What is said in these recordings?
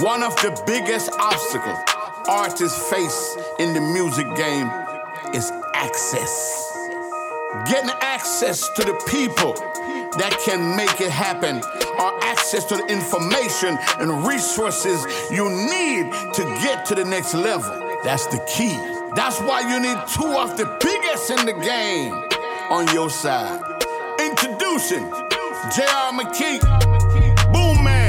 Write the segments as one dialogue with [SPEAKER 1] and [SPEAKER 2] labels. [SPEAKER 1] One of the biggest obstacles artists face in the music game is access. Getting access to the people that can make it happen, or access to the information and resources you need to get to the next level. That's the key. That's why you need two of the biggest in the game on your side. Introducing J.R. McKee, Boom Man.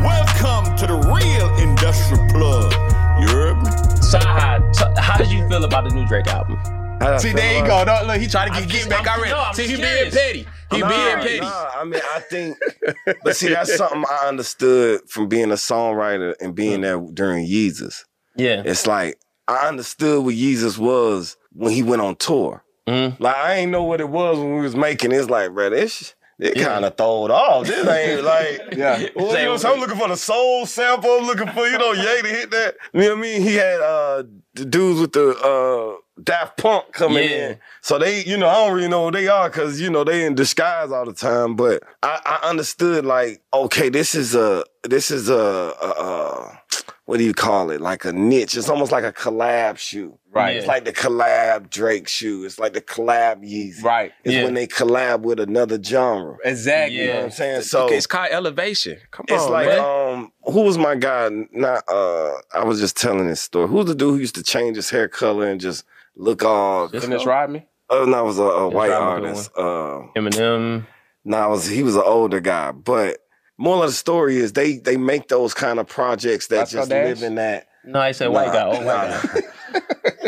[SPEAKER 1] Welcome to the Real Industrial Plug. You heard me?
[SPEAKER 2] Sahaj, t- how did you feel about the new Drake album?
[SPEAKER 3] See, there you go. No, look, he tried to
[SPEAKER 2] I'm
[SPEAKER 3] get,
[SPEAKER 2] just-
[SPEAKER 3] get back
[SPEAKER 2] I'm-
[SPEAKER 3] already.
[SPEAKER 2] no, I'm
[SPEAKER 3] See, he
[SPEAKER 2] just
[SPEAKER 3] being
[SPEAKER 2] curious.
[SPEAKER 3] petty. He
[SPEAKER 2] I'm
[SPEAKER 3] being
[SPEAKER 2] not-
[SPEAKER 3] petty.
[SPEAKER 4] Nah, I mean, I think, but see, that's something I understood from being a songwriter and being there during Yeezus.
[SPEAKER 2] Yeah.
[SPEAKER 4] It's like I understood what Yeezus was when he went on tour.
[SPEAKER 2] Mhm.
[SPEAKER 4] Like I ain't know what it was when we was making. it. It's like, bro, this it kind of throwed off. This ain't like,
[SPEAKER 3] Yeah.
[SPEAKER 4] Well, you know, so I'm looking for the soul sample. I'm looking for, you know, Ye to hit that. You know what I mean? He had uh the dudes with the uh Daft Punk coming
[SPEAKER 2] Yeah.
[SPEAKER 4] in. So they, you know, I don't really know who they are because you know they in disguise all the time. But I, I understood like, okay, this is a this is a, a, a what do you call it? Like a niche. It's almost like a collab shoe.
[SPEAKER 3] Right.
[SPEAKER 4] It's like the collab Drake shoe. It's like the collab Yeezy.
[SPEAKER 3] Right.
[SPEAKER 4] It's
[SPEAKER 2] Yeah.
[SPEAKER 4] when they collab with another genre.
[SPEAKER 3] Exactly.
[SPEAKER 2] Yeah.
[SPEAKER 4] You know what I'm saying? So
[SPEAKER 3] Okay, it's called elevation. Come
[SPEAKER 4] Oh. it's
[SPEAKER 3] on,
[SPEAKER 4] like
[SPEAKER 3] man.
[SPEAKER 4] um, who was my guy? Not uh, I was just telling this story. Who's the dude who used to change his hair color and just look all?
[SPEAKER 3] Didn't this ride me?
[SPEAKER 4] Oh, no, it was a, a white
[SPEAKER 2] probably the
[SPEAKER 4] artist. Uh,
[SPEAKER 2] Eminem.
[SPEAKER 4] no, it was he was an older guy. But moral of the story is they they make those kind of projects that
[SPEAKER 3] That's
[SPEAKER 4] just
[SPEAKER 3] so
[SPEAKER 4] live
[SPEAKER 3] dash?
[SPEAKER 4] in that.
[SPEAKER 2] No, I said white
[SPEAKER 4] Nah,
[SPEAKER 2] guy. Oh, white
[SPEAKER 4] nah.
[SPEAKER 2] guy.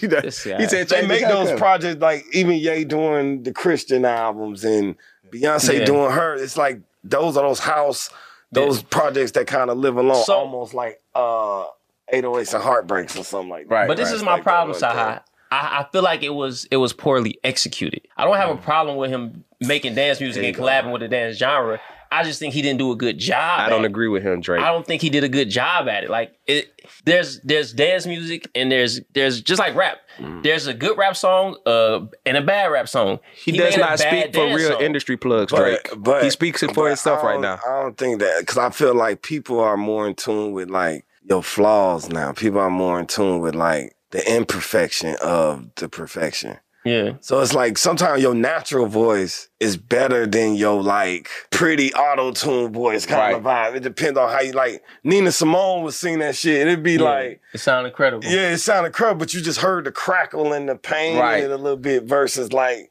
[SPEAKER 3] he done-
[SPEAKER 2] This
[SPEAKER 3] he
[SPEAKER 2] guy.
[SPEAKER 3] said,
[SPEAKER 4] They
[SPEAKER 3] change
[SPEAKER 4] make
[SPEAKER 3] his hair
[SPEAKER 4] those
[SPEAKER 3] color.
[SPEAKER 4] projects like even Ye doing the Christian albums and Beyonce
[SPEAKER 2] Yeah.
[SPEAKER 4] doing her. It's like those are those house, those projects that kind of live along,
[SPEAKER 2] So-
[SPEAKER 4] almost like uh 808s and heartbreaks or something like that.
[SPEAKER 3] Right.
[SPEAKER 2] But this
[SPEAKER 4] right,
[SPEAKER 2] is my
[SPEAKER 4] like that
[SPEAKER 2] problem,
[SPEAKER 4] right there.
[SPEAKER 2] Sahaj. I, I feel like it was it was poorly executed. I don't have a problem with him making dance music
[SPEAKER 4] Mm. There
[SPEAKER 2] and
[SPEAKER 4] you go.
[SPEAKER 2] collabing with the dance genre. I just think he didn't do a good job.
[SPEAKER 3] I don't
[SPEAKER 2] at it.
[SPEAKER 3] agree with him, Drake.
[SPEAKER 2] I don't think he did a good job at it. Like it, there's there's dance music and there's there's just like rap.
[SPEAKER 4] Mm.
[SPEAKER 2] There's a good rap song uh, and a bad rap song.
[SPEAKER 3] He,
[SPEAKER 2] made
[SPEAKER 3] does
[SPEAKER 2] a bad
[SPEAKER 3] not speak for
[SPEAKER 2] dance
[SPEAKER 3] real
[SPEAKER 2] song.
[SPEAKER 3] industry plugs, Drake.
[SPEAKER 4] But, but
[SPEAKER 3] he speaks it
[SPEAKER 4] but
[SPEAKER 3] for himself
[SPEAKER 4] I
[SPEAKER 3] right
[SPEAKER 4] don't-
[SPEAKER 3] now.
[SPEAKER 4] I don't think that because I feel like people are more in tune with like your flaws now. People are more in tune with like the imperfection of the perfection.
[SPEAKER 2] Yeah,
[SPEAKER 4] So it's like sometimes your natural voice is better than your like pretty auto tune voice kind of vibe. It depends on how you like. Nina Simone was singing that shit, and it'd be like,
[SPEAKER 2] it sounded incredible.
[SPEAKER 4] yeah, it sounded crud, but you just heard the crackle and the pain
[SPEAKER 3] Right.
[SPEAKER 4] in it a little bit versus like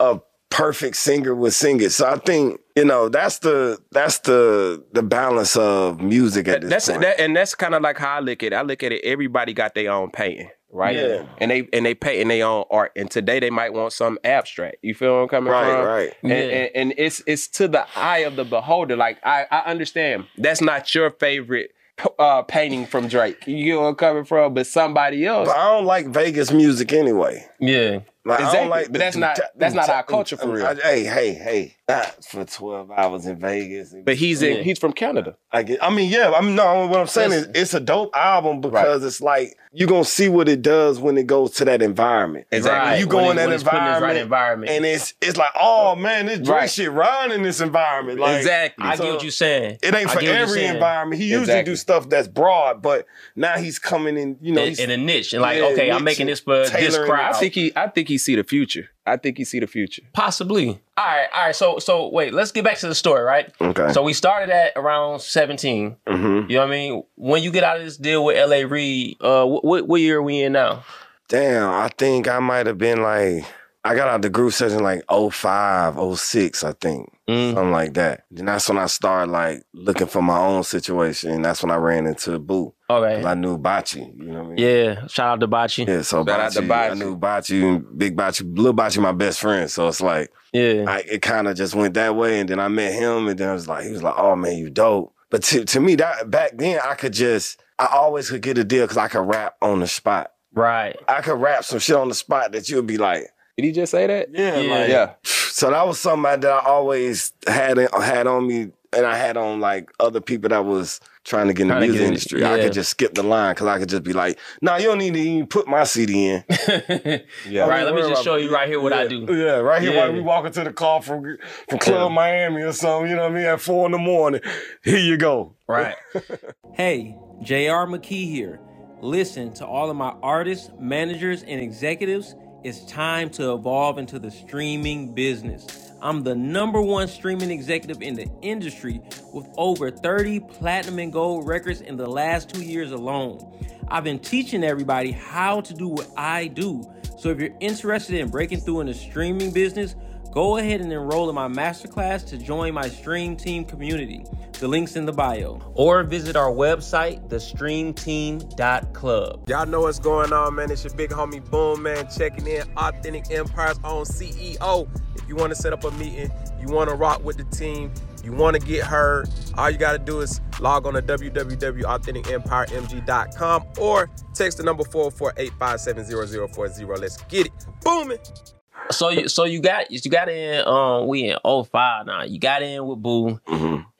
[SPEAKER 4] a perfect singer would sing it. So I think you know that's the that's the the balance of music at this
[SPEAKER 3] that's
[SPEAKER 4] point.
[SPEAKER 3] that, and that's kind of like how I look at it. I look at it. Everybody got their own painting, right?
[SPEAKER 4] Yeah.
[SPEAKER 3] And they and they painting their own art. And today they might want something abstract. You feel what I'm coming
[SPEAKER 4] right,
[SPEAKER 3] from?
[SPEAKER 4] right.
[SPEAKER 3] And,
[SPEAKER 2] Yeah.
[SPEAKER 3] and, and it's it's to the eye of the beholder. Like I, I understand that's not your favorite uh, painting from Drake. You get where I'm coming from, but somebody else.
[SPEAKER 4] But I don't like Vegas music anyway.
[SPEAKER 2] yeah.
[SPEAKER 4] Like, I
[SPEAKER 3] Exactly,
[SPEAKER 4] don't like
[SPEAKER 3] but that's not- that's not our culture for real.
[SPEAKER 4] I- hey, hey, hey! Not for twelve hours in Vegas.
[SPEAKER 3] But he's in,
[SPEAKER 2] Yeah.
[SPEAKER 3] he's from Canada.
[SPEAKER 4] I, get, I mean, yeah. I mean, no. What I'm saying is, it's a dope album because it's like you are gonna see what it does when it goes to that environment.
[SPEAKER 3] Exactly.
[SPEAKER 2] Right.
[SPEAKER 4] You go
[SPEAKER 2] When
[SPEAKER 4] in
[SPEAKER 2] it-
[SPEAKER 4] that
[SPEAKER 2] when it's put in this right
[SPEAKER 4] environment,
[SPEAKER 2] environment.
[SPEAKER 4] and it's it's like, oh man, this Drake
[SPEAKER 3] Right.
[SPEAKER 4] shit rhyme in this environment. Like,
[SPEAKER 3] exactly.
[SPEAKER 2] I get
[SPEAKER 4] So-
[SPEAKER 2] what you're saying.
[SPEAKER 4] It ain't
[SPEAKER 2] I
[SPEAKER 4] for
[SPEAKER 2] get what you're
[SPEAKER 4] every
[SPEAKER 2] saying.
[SPEAKER 4] environment. He usually
[SPEAKER 3] Exactly.
[SPEAKER 4] do stuff that's broad, but now he's coming in. You know,
[SPEAKER 2] In,
[SPEAKER 4] he's,
[SPEAKER 2] in a niche and like,
[SPEAKER 4] Yeah,
[SPEAKER 2] okay,
[SPEAKER 4] niche
[SPEAKER 2] I'm making
[SPEAKER 4] and
[SPEAKER 2] this for this
[SPEAKER 4] tailoring it
[SPEAKER 2] crowd.
[SPEAKER 3] I think he I think he see the future. I think he see the future.
[SPEAKER 2] Possibly. All right, all right. So, so wait, let's get back to the story, right?
[SPEAKER 4] okay.
[SPEAKER 2] So we started at around 17.
[SPEAKER 4] hmm
[SPEAKER 2] You know what I mean? When you get out of this deal with LA Reid, uh, what, what what year are we in now?
[SPEAKER 4] Damn, I think I might have been like, I got out the groove session like 05, 06, I think. Something like that. Then that's when I started like looking for my own situation. And that's when I ran into Boo.
[SPEAKER 2] Okay.
[SPEAKER 4] 'Cause I knew Bachi, you know what I mean?
[SPEAKER 2] yeah. Shout out to Bachi. Yeah.
[SPEAKER 4] Yeah, so
[SPEAKER 3] Shout out to
[SPEAKER 4] Bachi, I
[SPEAKER 3] Bachi.
[SPEAKER 4] knew Bachi and Big Bachi, Little Bachi, my best friend. So it's like, I, it kind of just went that way. And then I met him, and then I was like, he was like, oh man, you dope. But to, to me, that back then, I could just, I always could get a deal because I could rap on the spot.
[SPEAKER 2] Right.
[SPEAKER 4] I could rap some shit on the spot that you'd be like,
[SPEAKER 3] Did he just say that?
[SPEAKER 4] yeah,
[SPEAKER 2] Yeah.
[SPEAKER 4] like
[SPEAKER 3] Yeah.
[SPEAKER 4] so that was something that I always had had on me and I had on like other people that was trying to get in the
[SPEAKER 2] Trying to
[SPEAKER 4] music
[SPEAKER 2] get in-
[SPEAKER 4] industry. I
[SPEAKER 2] yeah.
[SPEAKER 4] could just skip the line because I could just be like, "Nah, you don't need to even put my CD in."
[SPEAKER 3] Yeah.
[SPEAKER 2] Right, let me
[SPEAKER 4] Worry
[SPEAKER 2] just
[SPEAKER 4] about-
[SPEAKER 2] show you right here what I
[SPEAKER 4] Yeah,
[SPEAKER 2] do.
[SPEAKER 4] Yeah, right here while
[SPEAKER 2] Yeah.
[SPEAKER 4] we walking to the car from from Club Miami or something. You know what I mean? At four in the morning, here you go.
[SPEAKER 3] Right.
[SPEAKER 5] Hey, JR McKee here. Listen to all of my artists, managers, and executives. It's time to evolve into the streaming business. I'm the number one streaming executive in the industry with over 30 platinum and gold records in the last two years alone. I've been teaching everybody how to do what I do. So if you're interested in breaking through in the streaming business, go ahead and enroll in my masterclass to join my Stream Team community. The link's in the bio. Or visit our website, thestreamteam.club.
[SPEAKER 6] Y'all know what's going on, man. It's your big homie Boom Man checking in. Authentic Empire's own CEO. If you want to set up a meeting, you want to rock with the team, you want to get heard, all you got to do is log on to www.authenticempiremg.com or text the number 404 857 0040. Let's get it. Booming.
[SPEAKER 2] So you so you got you got in um we in 05 now. You got in with Boo.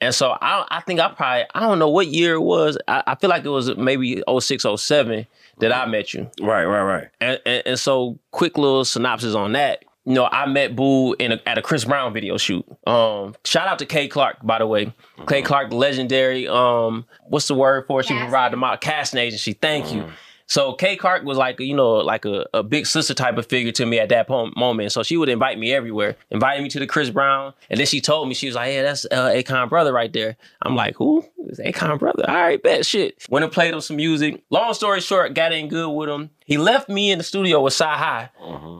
[SPEAKER 2] And so I I think I probably I don't know what year it was. I, I feel like it was maybe 06, 07 that I met you.
[SPEAKER 4] Right, right, right.
[SPEAKER 2] And, and and so quick little synopsis on that. You know, I met Boo in a, at a Chris Brown video shoot. Um, shout out to Kay Clark, by the way. Kay Clark, legendary. Um, what's the word for it? She provided my casting agency. Thank you. So Kay Clark was like, you know, like a, a big sister type of figure to me at that po- moment. So she would invite me everywhere, invited me to the Chris Brown, and then she told me she was like, "Yeah, that's uh, Akon brother right there." I'm like, "Who? It's Akon brother? All right, bet shit." Went and played him some music. Long story short, got in good with him. He left me in the studio with Sci High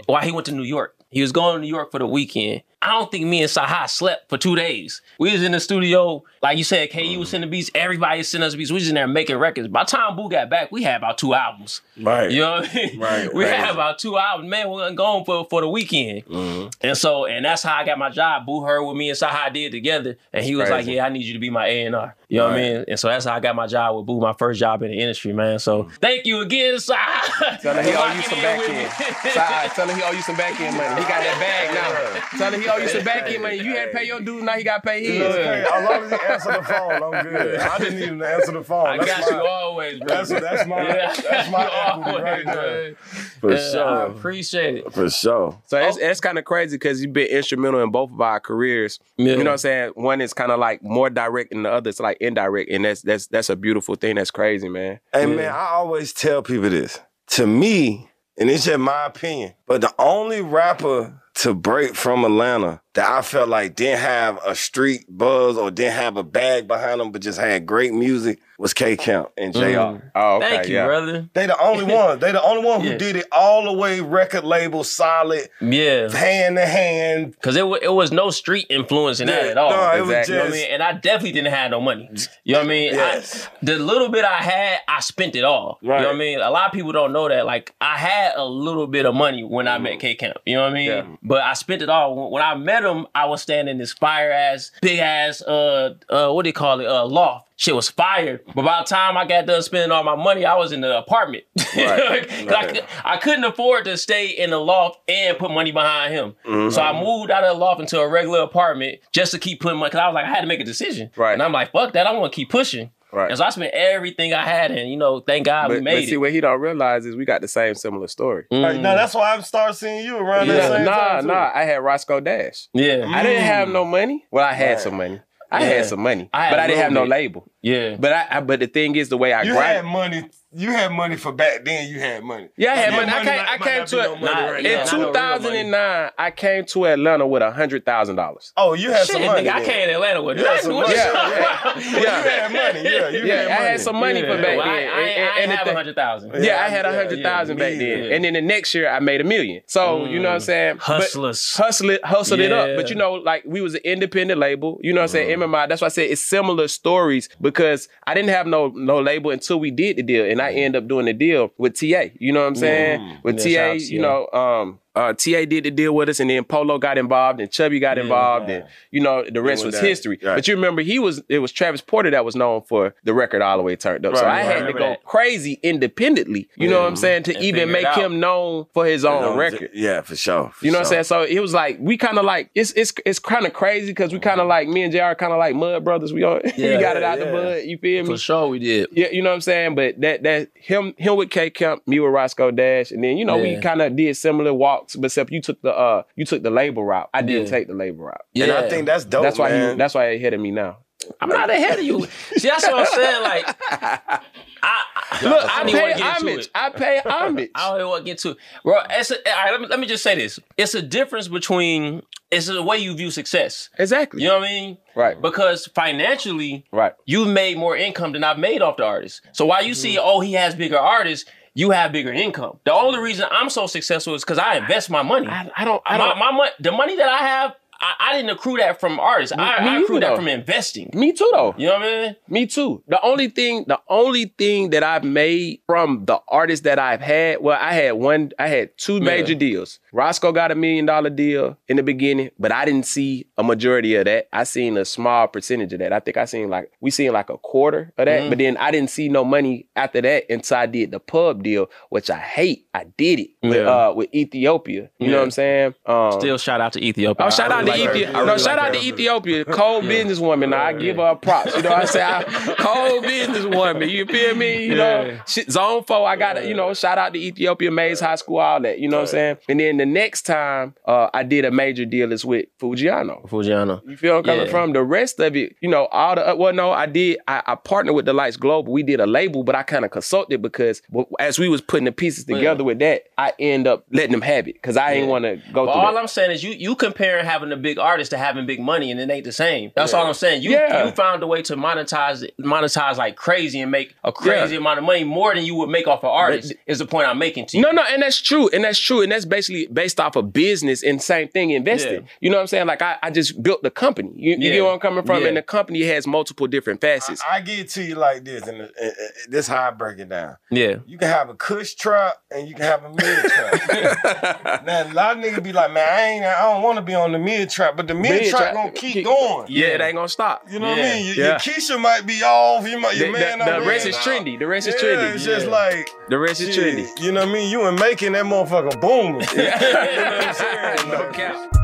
[SPEAKER 2] while he went to New York. He was going to New York for the weekend. I don't think me and Saha slept for two days. We was in the studio, like you said, KU was sending beats, everybody sending us beats. We was in there making records. By the time Boo got back, we had about two albums.
[SPEAKER 4] Right.
[SPEAKER 2] You know what I mean?
[SPEAKER 4] Right,
[SPEAKER 2] We
[SPEAKER 4] right.
[SPEAKER 2] had about two hours. Man, we wasn't gone for, for the weekend.
[SPEAKER 3] Mm-hmm.
[SPEAKER 2] And so, and that's how I got my job. Boo her with me and Saha did together. And he was
[SPEAKER 4] crazy.
[SPEAKER 2] like, Yeah, I need you to be my A and R. You know what I mean? And so that's how I got my job with Boo, my first job in the industry, man. So thank you again, Saha.
[SPEAKER 3] Mm-hmm. Tell her he
[SPEAKER 2] for
[SPEAKER 3] owe you
[SPEAKER 2] locking
[SPEAKER 3] some
[SPEAKER 2] in
[SPEAKER 3] back
[SPEAKER 2] with
[SPEAKER 3] end.
[SPEAKER 2] me.
[SPEAKER 3] Side, tell her he owe you some back end money. He got that bag now. Tell her he owe you some back end money. You had to pay your dues, now he got to pay his.
[SPEAKER 4] Hey, as long as he answer the phone, I'm good. I didn't even answer the phone.
[SPEAKER 2] I got you always, bro.
[SPEAKER 4] That's that's my
[SPEAKER 2] Yeah.
[SPEAKER 4] that's my
[SPEAKER 2] You
[SPEAKER 4] equity
[SPEAKER 2] always,
[SPEAKER 4] right there.
[SPEAKER 2] man.
[SPEAKER 4] For
[SPEAKER 2] Yeah, I appreciate it.
[SPEAKER 4] For sure.
[SPEAKER 3] So
[SPEAKER 2] Oh.
[SPEAKER 3] that's, that's kind of crazy because you've been instrumental in both of our careers.
[SPEAKER 2] Yeah.
[SPEAKER 3] You know what I'm saying? One is kind of like more direct, and the other is like indirect, and that's that's that's a beautiful thing. That's crazy, man.
[SPEAKER 4] Hey man, I always tell people this. To me, and it's just my opinion, but the only rapper to break from Atlanta that I felt like didn't have a street buzz or didn't have a bag behind them, but just had great music was K Camp and JR.
[SPEAKER 3] Oh, okay,
[SPEAKER 2] Thank you,
[SPEAKER 3] yeah.
[SPEAKER 2] brother.
[SPEAKER 4] They the only one. They the only one who
[SPEAKER 2] Mm. Yeah.
[SPEAKER 4] did it all the way record label solid,
[SPEAKER 2] Yeah,
[SPEAKER 4] hand to hand.
[SPEAKER 2] because it, wa it was no street influence in that
[SPEAKER 4] Yeah,
[SPEAKER 2] at all.
[SPEAKER 4] no, it was
[SPEAKER 2] You know what I
[SPEAKER 4] just-
[SPEAKER 2] mean? And I definitely didn't have no money. You know what I mean? I-
[SPEAKER 4] Yes.
[SPEAKER 2] the little bit I had, I spent it all. You
[SPEAKER 4] Right.
[SPEAKER 2] know what I mean? A lot of people don't know that. Like, I had a little bit of money when I
[SPEAKER 4] Mm.
[SPEAKER 2] met K Camp. You know what I mean?
[SPEAKER 3] Yeah.
[SPEAKER 2] But I spent it all. When- When I met him, I was standing in this fire ass, big ass, uh, uh, what do you call it? Uh, loft. Shit was fire. But by the time I got done spending all my money, I was in the apartment. 'Cause I,
[SPEAKER 4] Right.
[SPEAKER 2] could, I couldn't afford to stay in the loft and put money behind him. So
[SPEAKER 4] Mm-hmm.
[SPEAKER 2] I moved out of the loft into a regular apartment just to keep putting money. Cause I was like, I had to make a decision.
[SPEAKER 3] Right.
[SPEAKER 2] And I'm like, fuck that. I want to keep pushing.
[SPEAKER 3] Right.
[SPEAKER 2] And so I spent everything I had, and you know, thank God
[SPEAKER 3] But,
[SPEAKER 2] we
[SPEAKER 3] but
[SPEAKER 2] made
[SPEAKER 3] see,
[SPEAKER 2] it. Mm.
[SPEAKER 3] what he don't realize is we got the same similar story.
[SPEAKER 4] Like, now that's why I start seeing you around
[SPEAKER 2] Yeah.
[SPEAKER 4] that same
[SPEAKER 3] Nah,
[SPEAKER 4] time. too.
[SPEAKER 3] nah. I had Roscoe Dash.
[SPEAKER 2] Yeah,
[SPEAKER 3] I didn't have no money. Well, I had
[SPEAKER 4] Right.
[SPEAKER 3] some money. I
[SPEAKER 2] Mm. Yeah.
[SPEAKER 3] had some money,
[SPEAKER 2] I had
[SPEAKER 3] but
[SPEAKER 2] a
[SPEAKER 3] I didn't
[SPEAKER 2] little
[SPEAKER 3] have no
[SPEAKER 2] bit.
[SPEAKER 3] label.
[SPEAKER 2] yeah.
[SPEAKER 3] But I, I but the thing is, the way I
[SPEAKER 4] You had
[SPEAKER 3] grind.
[SPEAKER 4] money. You had money for back then. You had money.
[SPEAKER 3] Yeah, I had
[SPEAKER 4] Yeah,
[SPEAKER 3] money. I
[SPEAKER 4] money
[SPEAKER 3] came,
[SPEAKER 4] might-
[SPEAKER 3] I
[SPEAKER 4] might
[SPEAKER 3] came
[SPEAKER 4] not
[SPEAKER 3] to
[SPEAKER 4] be no money
[SPEAKER 2] Nah,
[SPEAKER 4] right
[SPEAKER 3] in
[SPEAKER 2] yeah,
[SPEAKER 4] now.
[SPEAKER 2] not no real
[SPEAKER 3] 2009. I came to Atlanta with hundred thousand dollars.
[SPEAKER 4] Oh, you had
[SPEAKER 2] Shit,
[SPEAKER 4] some money.
[SPEAKER 2] nigga, I
[SPEAKER 4] then.
[SPEAKER 2] came to Atlanta with
[SPEAKER 4] had
[SPEAKER 2] nothing.
[SPEAKER 4] some
[SPEAKER 2] What
[SPEAKER 4] money.
[SPEAKER 2] you-
[SPEAKER 4] Yeah,
[SPEAKER 3] yeah.
[SPEAKER 4] You had money. Yeah, you
[SPEAKER 3] Yeah,
[SPEAKER 4] had
[SPEAKER 3] I
[SPEAKER 4] money.
[SPEAKER 3] had some money
[SPEAKER 2] Yeah,
[SPEAKER 3] for back
[SPEAKER 2] well, I,
[SPEAKER 3] then.
[SPEAKER 2] I,
[SPEAKER 3] and,
[SPEAKER 2] I,
[SPEAKER 3] and
[SPEAKER 2] have
[SPEAKER 3] the
[SPEAKER 2] a
[SPEAKER 3] thing-
[SPEAKER 2] hundred thousand.
[SPEAKER 3] yeah, I had a
[SPEAKER 4] Yeah,
[SPEAKER 3] hundred thousand
[SPEAKER 4] yeah,
[SPEAKER 3] back then,
[SPEAKER 2] yeah.
[SPEAKER 3] and then the next year I made a million. So you know what I'm saying? But-
[SPEAKER 2] Hustlers.
[SPEAKER 3] hustle it, hustled it up.
[SPEAKER 2] Yeah. Uh-huh.
[SPEAKER 3] But you know, like we was an independent label. You know what I'm saying? MMI. That's why I said it's similar stories because I didn't have no no label until we did the deal, and I end up doing the deal with TA. You know what I'm saying?
[SPEAKER 2] Uh-huh.
[SPEAKER 3] With
[SPEAKER 2] Mm-hmm. Yeah, shout
[SPEAKER 3] TA,
[SPEAKER 2] out to
[SPEAKER 3] you
[SPEAKER 2] TA.
[SPEAKER 3] know, um, uh, TA did the deal with us, and then Polo got involved, and Chubby got involved, and you know the rest was
[SPEAKER 4] with that.
[SPEAKER 3] history.
[SPEAKER 4] Right.
[SPEAKER 3] But you remember he was it was Travis Porter that was known for the record all the way turned up. so
[SPEAKER 2] Right,
[SPEAKER 3] I
[SPEAKER 2] right.
[SPEAKER 3] had to
[SPEAKER 2] Remember
[SPEAKER 3] go
[SPEAKER 2] that.
[SPEAKER 3] crazy independently. You know what I'm saying to
[SPEAKER 2] And
[SPEAKER 3] even
[SPEAKER 2] figure it
[SPEAKER 3] make
[SPEAKER 2] out.
[SPEAKER 3] him known for his own
[SPEAKER 4] No,
[SPEAKER 3] record.
[SPEAKER 4] Yeah, for sure. for
[SPEAKER 3] You know what
[SPEAKER 4] sure.
[SPEAKER 3] I'm saying? So it was like we kind of like it's it's it's kind of crazy because we kind of like me and Jr. kind of like mud brothers. We all
[SPEAKER 2] Oh, Yeah,
[SPEAKER 3] you got it out
[SPEAKER 4] yeah.
[SPEAKER 3] the mud. You feel me?
[SPEAKER 2] For sure, we did.
[SPEAKER 3] Yeah, you know what I'm saying. But that that him him with K Kemp, me with Roscoe Dash, and then you know
[SPEAKER 2] Yeah.
[SPEAKER 3] we kind of did similar walks, but except you took the uh you took the label route. I didn't
[SPEAKER 2] Yeah.
[SPEAKER 3] take the label route.
[SPEAKER 2] Yeah,
[SPEAKER 4] And I think that's dope.
[SPEAKER 3] that's why
[SPEAKER 4] Oh, man.
[SPEAKER 3] you that's why he ahead of me now.
[SPEAKER 2] I'm not ahead of you. See, that's what I'm saying. Like, I, I look.
[SPEAKER 3] I
[SPEAKER 2] don't even
[SPEAKER 3] pay
[SPEAKER 2] wanna get into
[SPEAKER 3] homage.
[SPEAKER 2] it.
[SPEAKER 3] I pay homage.
[SPEAKER 2] I don't even want to get to it. Bro, it's a, all right, let, me, let me just say this. It's a difference between, it's the way you view success.
[SPEAKER 3] exactly.
[SPEAKER 2] You know what I mean?
[SPEAKER 3] Right.
[SPEAKER 2] Because financially,
[SPEAKER 3] Right.
[SPEAKER 2] you've made more income than I've made off the artist. So while you
[SPEAKER 3] Mm-hmm.
[SPEAKER 2] see, oh, he has bigger artists, you have bigger income. The only reason I'm so successful is because I invest my money.
[SPEAKER 3] I, I don't. I
[SPEAKER 2] my,
[SPEAKER 3] don't.
[SPEAKER 2] my mon- the money that I have, I, I didn't accrue that from artists. I,
[SPEAKER 3] me
[SPEAKER 2] I accrued
[SPEAKER 3] either,
[SPEAKER 2] that
[SPEAKER 3] though.
[SPEAKER 2] from investing.
[SPEAKER 3] me too though.
[SPEAKER 2] You know what I mean?
[SPEAKER 3] Me too. The only thing, the only thing that I've made from the artists that I've had, well, I had one, I had two major deals. Roscoe got a million dollar deal in the beginning, but I didn't see a majority of that. I seen a small percentage of that. I think I seen like we seen like a quarter
[SPEAKER 2] Mm.
[SPEAKER 3] of that, but then I didn't see no money after that until I did the pub deal, which I hate. I did it with,
[SPEAKER 2] Yeah.
[SPEAKER 3] uh, with Ethiopia. You know
[SPEAKER 2] Yeah.
[SPEAKER 3] what I'm saying? Um,
[SPEAKER 2] Still shout out to Ethiopia.
[SPEAKER 3] Oh, shout out
[SPEAKER 4] her.
[SPEAKER 3] to Ethiopia.
[SPEAKER 4] I
[SPEAKER 3] no,
[SPEAKER 4] really
[SPEAKER 3] shout
[SPEAKER 4] like
[SPEAKER 3] out
[SPEAKER 4] her.
[SPEAKER 3] to Ethiopia. Cold businesswoman. Now, I give her props. You know what I'm saying? I- Cold businesswoman. You feel me? You know, shit, zone four. I got to, you know, shout out to Ethiopia, Mays High School, all that. You know what I'm saying? And then the next time uh, I did a major deal is with Fujiano.
[SPEAKER 2] Fujiano.
[SPEAKER 3] You feel where I'm coming
[SPEAKER 2] Yeah.
[SPEAKER 3] from? The rest of it, you know, all the uh, well, no, I did. I, I partnered with Delights Global. We did a label, but I kind of consulted because w- as we was putting the pieces together with that, I end up letting them have it because I ain't want to go
[SPEAKER 2] But
[SPEAKER 3] through.
[SPEAKER 2] all
[SPEAKER 3] that.
[SPEAKER 2] I'm saying is you you comparing having a big artist to having big money and it ain't the same. That's all I'm saying. You
[SPEAKER 3] Yeah.
[SPEAKER 2] you found a way to monetize it- monetize like crazy and make a crazy
[SPEAKER 3] Yeah.
[SPEAKER 2] amount of money more than you would make off an artist is the point I'm making to you.
[SPEAKER 3] No, no, and that's true, and that's true, and that's basically based off of business and same thing investing.
[SPEAKER 2] Yeah.
[SPEAKER 3] You know what I'm saying? Like I, I just built the company. You, you
[SPEAKER 2] Yeah.
[SPEAKER 3] get where I'm coming from,
[SPEAKER 2] Yeah.
[SPEAKER 3] and the company has multiple different facets.
[SPEAKER 4] I get to you like this, and uh, uh, uh, this how I break it down.
[SPEAKER 2] Yeah.
[SPEAKER 4] You can have a cush truck and you can have a mid truck. now a lot of niggas be like, man, I ain't, I don't want to be on the mid truck, but the mid
[SPEAKER 3] Mid
[SPEAKER 4] truck
[SPEAKER 3] truck.
[SPEAKER 4] gonna keep
[SPEAKER 3] Keep-
[SPEAKER 4] going.
[SPEAKER 3] yeah, it ain't gonna stop.
[SPEAKER 4] You know what
[SPEAKER 2] Yeah.
[SPEAKER 4] I mean? Your,
[SPEAKER 3] Yeah.
[SPEAKER 4] your Keisha might be off. You might, your
[SPEAKER 3] The-
[SPEAKER 4] man
[SPEAKER 3] the,
[SPEAKER 4] up
[SPEAKER 3] the
[SPEAKER 4] there
[SPEAKER 3] rest is
[SPEAKER 4] now.
[SPEAKER 3] trendy. The rest
[SPEAKER 4] Yeah,
[SPEAKER 3] is trendy.
[SPEAKER 4] it's just like
[SPEAKER 3] the rest is
[SPEAKER 4] shit,
[SPEAKER 3] trendy.
[SPEAKER 4] You know what I mean? You and making that motherfucker booming. you know what I'm saying?
[SPEAKER 3] no
[SPEAKER 4] Like,
[SPEAKER 3] cap.